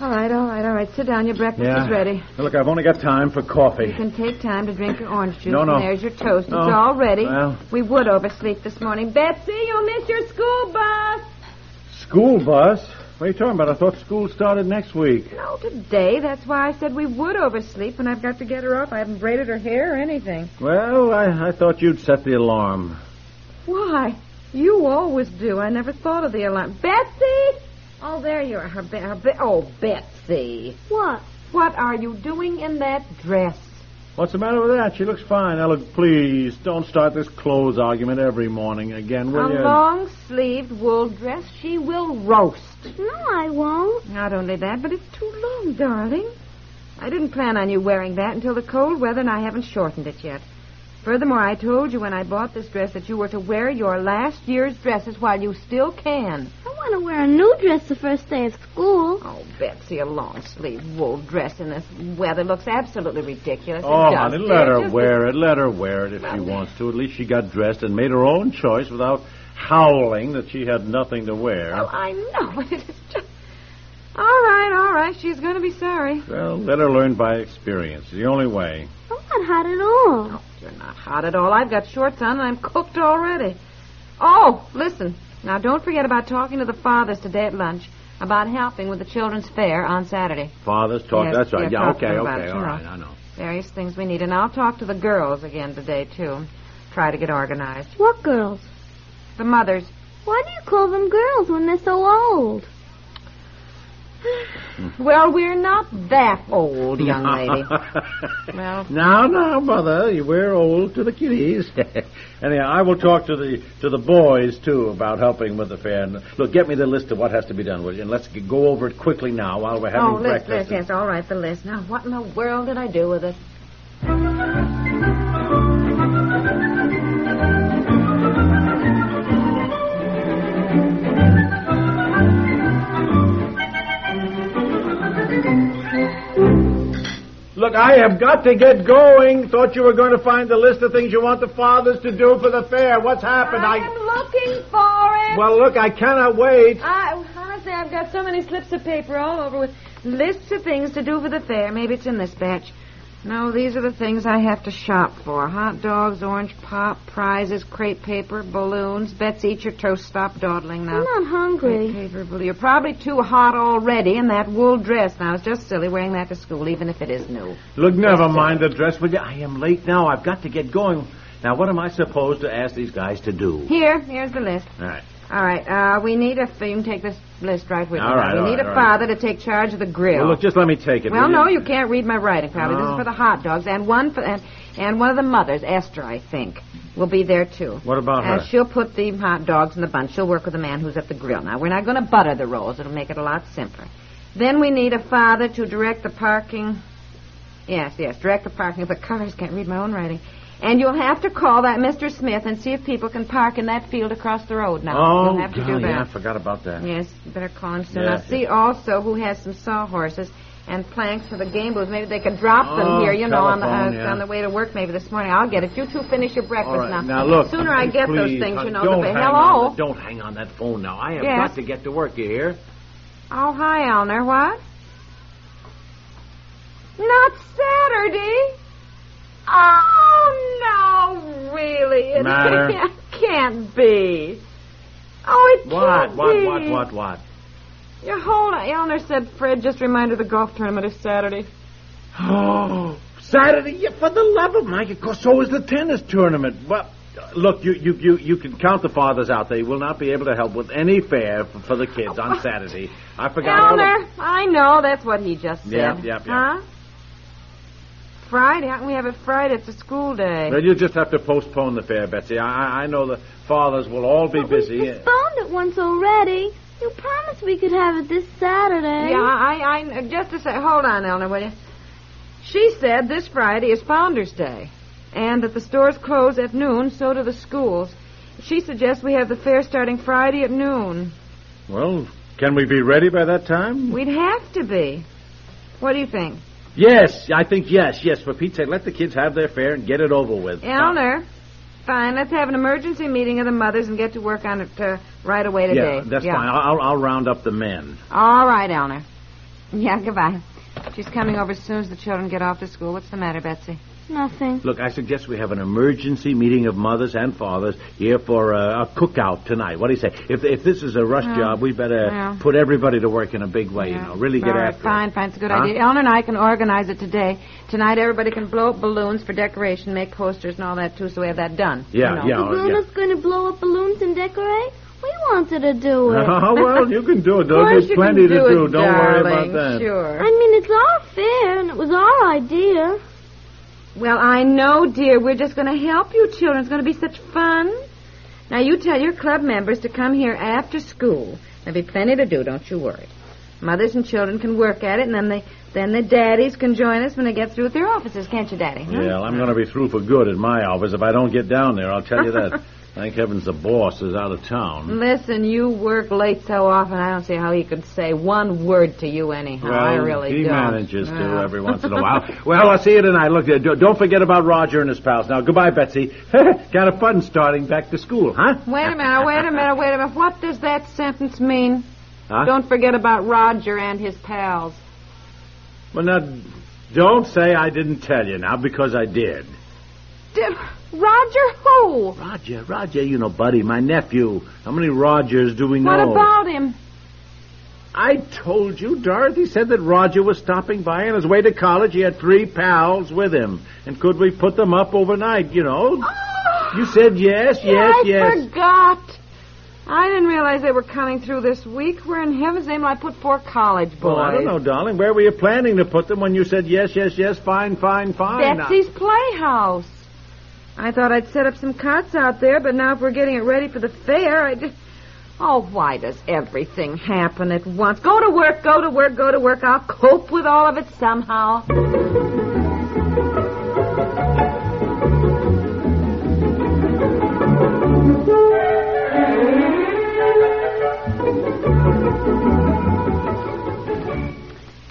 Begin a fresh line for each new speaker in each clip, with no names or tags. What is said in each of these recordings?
All right, all right, all right. Sit down. Your breakfast
Yeah.
is ready.
Now, look, I've only got time for coffee.
You can take time to drink your orange juice.
No, no.
And there's your toast.
No.
It's all ready.
Well.
We would oversleep this morning. Betsy, you'll miss your school bus.
School bus? What are you talking about? I thought school started next week.
No, today. That's why I said we would oversleep, and I've got to get her up. I haven't braided her hair or anything.
Well, I, I thought you'd set the alarm.
Why? You always do. I never thought of the alarm. Betsy! Oh, there you are. Her be- her be- oh, Betsy.
What?
What are you doing in that dress?
What's the matter with that? She looks fine. Now, look, please, don't start this clothes argument every morning again, will
a
you?
long sleeved wool dress. She will roast.
No, I won't.
Not only that, but it's too long, darling. I didn't plan on you wearing that until the cold weather, and I haven't shortened it yet. Furthermore, I told you when I bought this dress that you were to wear your last year's dresses while you still can.
I want to wear a new dress the first day of school.
Oh, Betsy, a long sleeved wool dress in this weather looks absolutely ridiculous. It
Oh,
does,
honey,
dear.
let her
Just-
wear it. Let her wear it if she wants to. At least she got dressed and made her own choice without howling that she had nothing to wear.
Well, Oh, I know, but it is just. All right, all right. She's going to be sorry.
Well, let her learn by experience. The only way.
I'm not hot at all.
You're not hot at all. I've got shorts on and I'm cooked already. Oh, listen. Now, don't forget about talking to the fathers today at lunch about helping with the children's fair on Saturday.
Father's talk.
Yes,
that's right.
yeah,
Yeah,
talking
okay,
about
okay.
it
All
tomorrow.
right, I know.
Various things we need. And I'll talk to the girls again today, too. Try to get organized.
What girls?
The mothers.
Why do you call them girls when they're so old?
Well, we're not that old, young lady. Well-
Now, now, mother, you we're old to the kiddies. Anyhow, I will talk to the to the boys too about helping with the fair. And look, get me the list of what has to be done, will you? And let's g- go over it quickly now while we're having
oh, list, list,
breakfast.
yes. All right, the list. Now, what in the world did I do with it?
Look, I have got to get going. Thought you were going to find the list of things you want the fathers to do for the fair. What's happened?
I'm looking for it.
well, look, I cannot wait.
I Ah, oh, honestly, I've got so many slips of paper all over with lists of things to do for the fair. Maybe it's in this batch. No, these are the things I have to shop for: hot dogs, orange pop, prizes, crepe paper, balloons. Betsy, eat your toast. Stop dawdling now.
I'm not hungry.
Crepe paper, balloon. You're probably too hot already in that wool dress. Now it's just silly wearing that to school, even if it is new.
Look, never mind the dress, will you? I am late now. I've got to get going. Now, what am I supposed to ask these guys to do?
Here, here's the list.
All right.
All right, uh, we need a. You can take this list right with you.
All right,
We
all
need
right,
a
all right.
father to take charge of the grill.
Well, look, just let me take it.
Well,
will
no, you can't read my writing, probably. This
No.
is for the hot dogs, and one for and, and one of the mothers, Esther, I think, will be there too.
What about
uh,
her?
She'll put the hot dogs in the bun. She'll work with the man who's at the grill. Now, we're not going to butter the rolls. It'll make it a lot simpler. Then we need a father to direct the parking. Yes, yes, direct the parking of the cars. Can't read my own writing. And you'll have to call that Mr. Smith and see if people can park in that field across the road. Now
Oh,
you'll have to do
golly,
that.
I forgot about that.
Yes, you better call him soon.
Yeah,
I'll see also who has some sawhorses and planks for the game booths. Maybe they could drop them
Oh,
here, you know, on the
telephone,
uh,
yeah.
on the way to work maybe this morning. I'll get it. You two finish your breakfast
All right.
now.
Now look.
The sooner I get
please,
those things,
hon,
you know,
Don't
the
hang
better.
on
Hello.
the- don't hang on that phone now. I have
Yes.
got to get to work. You hear?
Oh, hi, Elner. What? Not Saturday. Oh no, really? It
Matter?
can't be. Oh, it
What?
can't
What?
be.
What? What? What?
Yeah, hold on. Elner said Fred just reminded the golf tournament is Saturday.
Oh, Saturday! Yeah, for the love of Mike! Of course, so is the tennis tournament. Well, uh, look, you you you you can count the fathers out. They will not be able to help with any fair for, for the kids on Saturday. I forgot. all of-
Elner, I know. That's what he just said.
Yep, yep, yep.
Huh? Friday? How can we have it Friday? It's a school day.
Well, you just have to postpone the fair, Betsy. I I- I know the fathers will all be
But
busy.
We postponed it once already. You promised we could have it this Saturday.
Yeah, I, I, I- just a sec. Hold on, Elner, will you? She said this Friday is Founder's Day, and that the stores close at noon, so do the schools. She suggests we have the fair starting Friday at noon.
Well, can we be ready by that time?
We'd have to be. What do you think?
Yes, I think yes, yes. For Pete's sake, let the kids have their fare and get it over with.
Eleanor? Fine, let's have an emergency meeting of the mothers and get to work on it uh, right away today.
yeah, that's fine. I'll, I'll round up the men.
All right, Eleanor. Yeah, goodbye. She's coming over as soon as the children get off to school. What's the matter, Betsy?
Nothing.
Look, I suggest we have an emergency meeting of mothers and fathers here for a, a cookout tonight. What do you say? If, if this is a rush job, we better
Yeah.
put everybody to work in a big way. You know, really get
All right,
after
fine,
it.
fine. It's a good
Huh?
idea. Eleanor and I can organize it today. Tonight, everybody can blow up balloons for decoration, make posters, and all that, too, so we have that done.
Yeah,
you know.
yeah.
The
Oh,
grown up's going to blow up balloons and decorate? We wanted to do it.
Oh, well, you can do it.
Of
though.
course
There's
you
plenty
can
to
do
do.
It,
Don't worry about
darling,
that.
Sure.
I mean, it's our fair, and it was our idea.
Well, I know, dear. We're just going to help you children. It's going to be such fun. Now, you tell your club members to come here after school. There'll be plenty to do, don't you worry. Mothers and children can work at it, and then the, then the daddies can join us when they get through with their offices, can't you, Daddy? huh?
Yeah, I'm going to be through for good at my office if I don't get down there. I'll tell you that. Thank heavens the boss is out of town.
Listen, you work late so often, I don't see how he could say one word to you anyhow.
well,
I really
he
don't.
manages to
Yeah.
every once in a while. Well, I'll see you tonight. Look, uh, do- don't forget about Roger and his pals. Now, goodbye, Betsy. Got a fun starting back to school, huh?
Wait a minute, wait a minute, wait a minute. What does that sentence mean?
Huh?
Don't forget about Roger and his pals.
Well, now, don't say I didn't tell you now because I did.
Did Roger who?
Roger, Roger, you know, buddy, my nephew. How many Rogers do we
What
know?
about him?
I told you, Dorothy said that Roger was stopping by on his way to college. He had three pals with him. And could we put them up overnight, you know? You said yes, yes,
Oh. I
yes.
forgot. I didn't realize they were coming through this week. Where in heaven's name will I put four college boys?
Well, I don't know, darling. Where were you planning to put them when you said yes, yes, yes, fine, fine, fine?
Betsy's Playhouse. I thought I'd set up some cots out there, but now if we're getting it ready for the fair, I just... Oh, why does everything happen at once? Go to work, go to work, go to work. I'll cope with all of it somehow.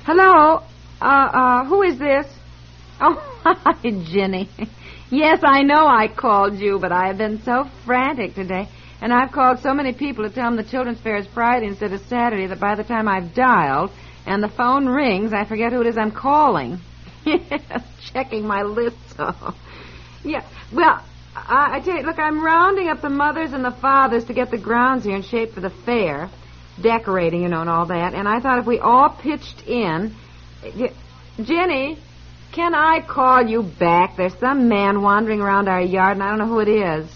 Hello. Uh, uh, who is this? Oh, hi, Ginny. Yes, I know I called you, but I have been so frantic today. And I've called so many people to tell them the children's fair is Friday instead of Saturday that by the time I've dialed and the phone rings, I forget who it is I'm calling. yes, checking my list. Oh. Yeah, well, I, I tell you, look, I'm rounding up the mothers and the fathers to get the grounds here in shape for the fair, decorating, you know, and all that. And I thought if we all pitched in, Ye- Jenny, can I call you back? There's some man wandering around our yard, and I don't know who it is.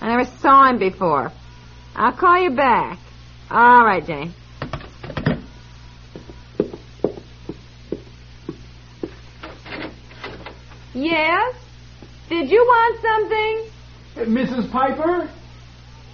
I never saw him before. I'll call you back. All right, Jenny. Yes? Did you want something?
Mrs. Uh, Piper,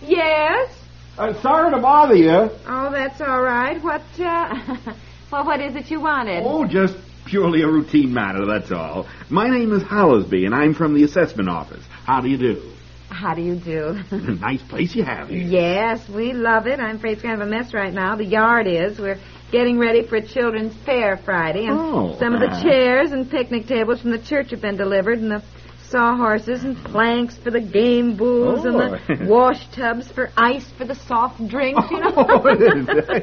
Yes?
uh, sorry to bother you.
Oh, that's all right. What, uh, well, what is it you wanted?
Oh, just purely a routine matter, that's all. My name is Howlesby, and I'm from the assessment office. How do you do?
How do you do?
nice place you have here.
Yes, we love it. I'm afraid it's kind of a mess right now. The yard is. We're getting ready for a children's fair Friday, and
Oh.
some of the chairs and picnic tables from the church have been delivered, and the sawhorses and planks for the game booths, and the
Oh.
wash tubs for ice for the soft drinks. You know,
Oh, it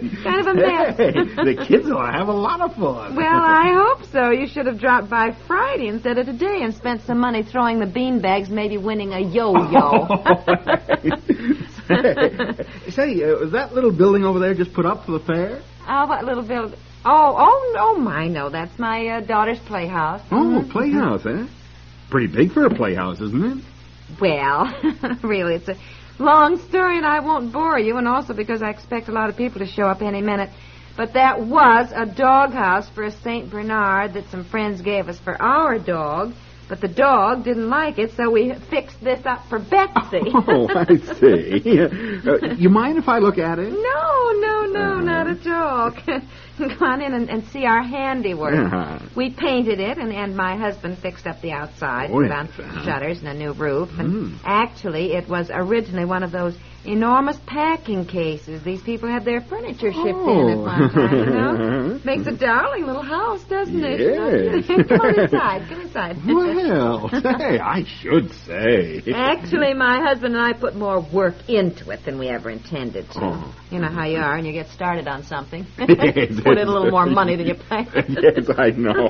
is.
kind of a mess.
Hey, the kids will have a lot of fun.
Well, uh, I hope so. You should have dropped by Friday instead of today and spent some money throwing the beanbags, maybe winning a yo-yo.
Oh, Say, uh, was that little building over there just put up for the fair?
Oh, what little Bill? Oh, oh, no, my, no. That's my uh, daughter's playhouse.
Oh, playhouse, eh? Pretty big for a playhouse, isn't it?
Well, really, it's a long story, and I won't bore you, and also because I expect a lot of people to show up any minute. But that was a doghouse for a St. Bernard that some friends gave us for our dog But the dog didn't like it, so we fixed this up for Betsy.
Oh, I see. Uh, you mind if I look at it?
No, no, no, not at all. Go on in and, and see our handiwork.
Uh-huh.
We painted it, and, and my husband fixed up the outside,
Oh,
put
yes,
on
uh-huh. Mm.
shutters and a new roof. And actually, it was originally one of those enormous packing cases these people had their furniture shipped in at
Oh.
one time. You know, makes a darling little house, doesn't it?
Yes.
Come on inside. Come inside.
Well, say, I should say.
Actually, my husband and I put more work into it than we ever intended to.
Oh.
You know how you are, and you get started on something.
Yes,
put in a little more
yes.
money than you planned.
yes, I know.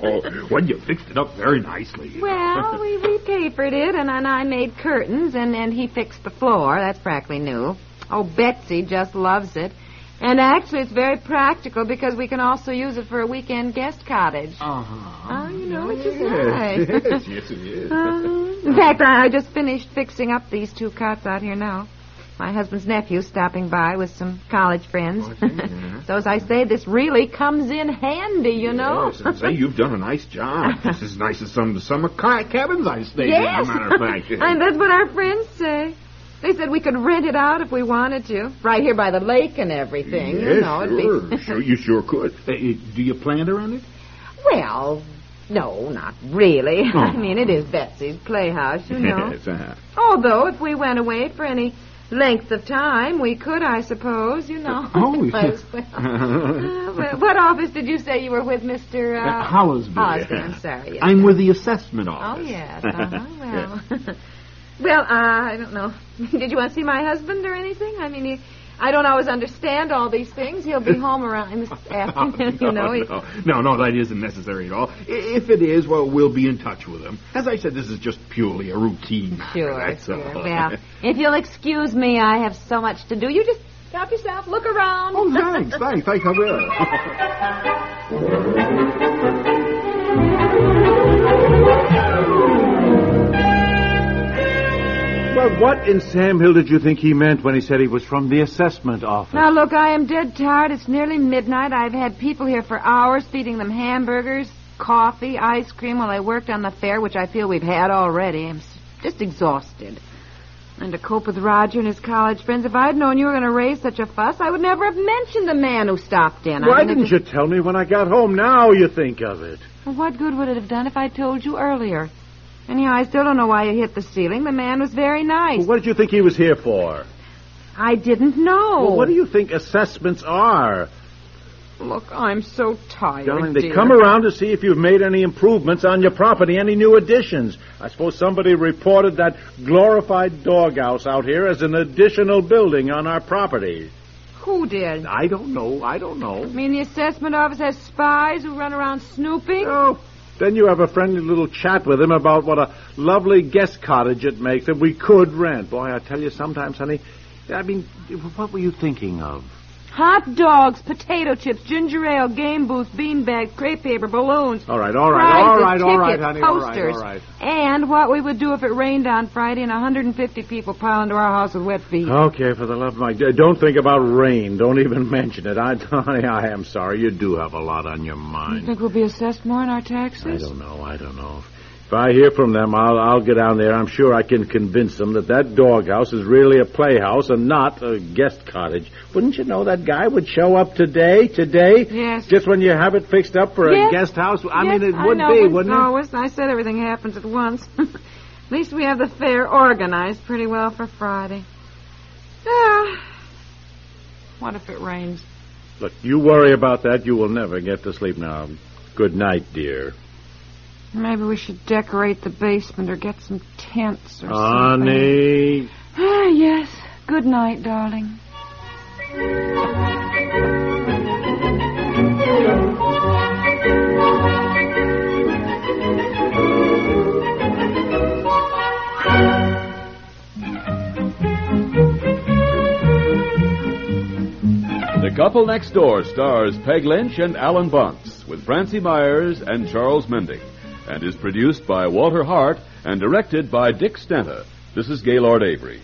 Well, you fixed it up very nicely.
Well, we repapered it, and, and I made curtains, and, and he fixed the floor. That's practically new. Oh, Betsy just loves it. And actually, it's very practical because we can also use it for a weekend guest cottage.
Uh-huh.
Oh, you know what you
Yes,
say.
yes, yes, it is.
Uh-huh. In fact, I, I just finished fixing up these two cots out here now. My husband's nephew's stopping by with some college friends.
Oh,
so as I say, this really comes in handy, you know.
Yes, and say you've done a nice job. Just as nice as some of the summer ca- cabins I stayed in, as a matter of fact.
and that's what our friends say. They said we could rent it out if we wanted to, right here by the lake and everything.
yes,
you know,
sure,
it'd be
sure, you sure could. Uh, uh, do you plan to rent it?
well. No, not really. I
Oh.
mean, it is Betsy's playhouse, you know.
Yes, uh-huh.
Although, if we went away for any length of time, we could, I suppose, you know.
Oh,
Might
yes.
as well. Uh, well, what office did you say you were with, Mr. Uh,
Uh, Howlsby.
Howlsby, I'm sorry. yes.
I'm with the assessment
Oh,
office.
yes. Uh-huh, well. well, uh, I don't know. did you want to see my husband or anything? I mean, he, I don't always understand all these things. He'll be home around this afternoon,
Oh, no,
you know. He-
no, no, no, that isn't necessary at all. I- If it is, well, we'll be in touch with them. As I said, this is just purely a routine matter.
Sure,
that's
sure.
all.
Well, if you'll excuse me, I have so much to do. You just help yourself, look around.
oh, thanks, thanks, thanks, I will.
Well, what in Sam Hill did you think he meant when he said he was from the assessment office?
Now, look, I am dead tired. It's nearly midnight. I've had people here for hours feeding them hamburgers, coffee, ice cream while I worked on the fair, which I feel we've had already. I'm s- just exhausted. And to cope with Roger and his college friends, if I'd known you were going to raise such a fuss, I would never have mentioned the man who stopped in.
Why
I mean, it
didn't you tell me when I got home? Now you think of it.
Well, What good would it have done if I told you earlier? Anyhow, I still don't know why you hit the ceiling. The man was very nice.
Well, what did you think he was here for?
I didn't know.
Well, what do you think assessments are?
Look, I'm so tired.
Darling, they
dear.
come around to see if you've made any improvements on your property, any new additions. I suppose somebody reported that glorified doghouse out here as an additional building on our property.
Who did?
I don't know. I don't know.
I mean, the assessment office has spies who run around snooping.
Oh, then you have a friendly little chat with him about what a lovely guest cottage it makes that we could rent. Boy, I tell you sometimes, honey, I mean, what were you thinking of?
Hot dogs, potato chips, ginger ale, game booth, bean bags, crepe paper, balloons.
All right, all right,
prizes,
all right, all right,
tickets,
honey, all right,
posters,
all right.
and what we would do if it rained on Friday and 150 people pile into our house with wet feet.
Okay, for the love of my... Don't think about rain. Don't even mention it. I, honey, I am sorry. You do have a lot on your
you
mind.
think we'll be assessed more on our taxes?
I don't know. I don't know. If I hear from them, I'll, I'll get down there. I'm sure I can convince them that that doghouse is really a playhouse and not a guest cottage. Wouldn't you know that guy would show up today, today?
Yes.
Just when you have it fixed up for
Yes.
a guest house? I mean,
Yes,
it
I
would
know,
be,
Miss
wouldn't it?
Norwis, I said everything happens at once. at least we have the fair organized pretty well for Friday. Ah. What if it rains?
Look, you worry about that. You will never get to sleep now. Good night, dear.
Maybe we should decorate the basement or get some tents or something.
Honey.
Ah, yes. Good night, darling.
The Couple Next Door stars Peg Lynch and Alan Bunce with Francie Myers and Charles Mending and is produced by Walter Hart and directed by Dick Stenta. This is Gaylord Avery.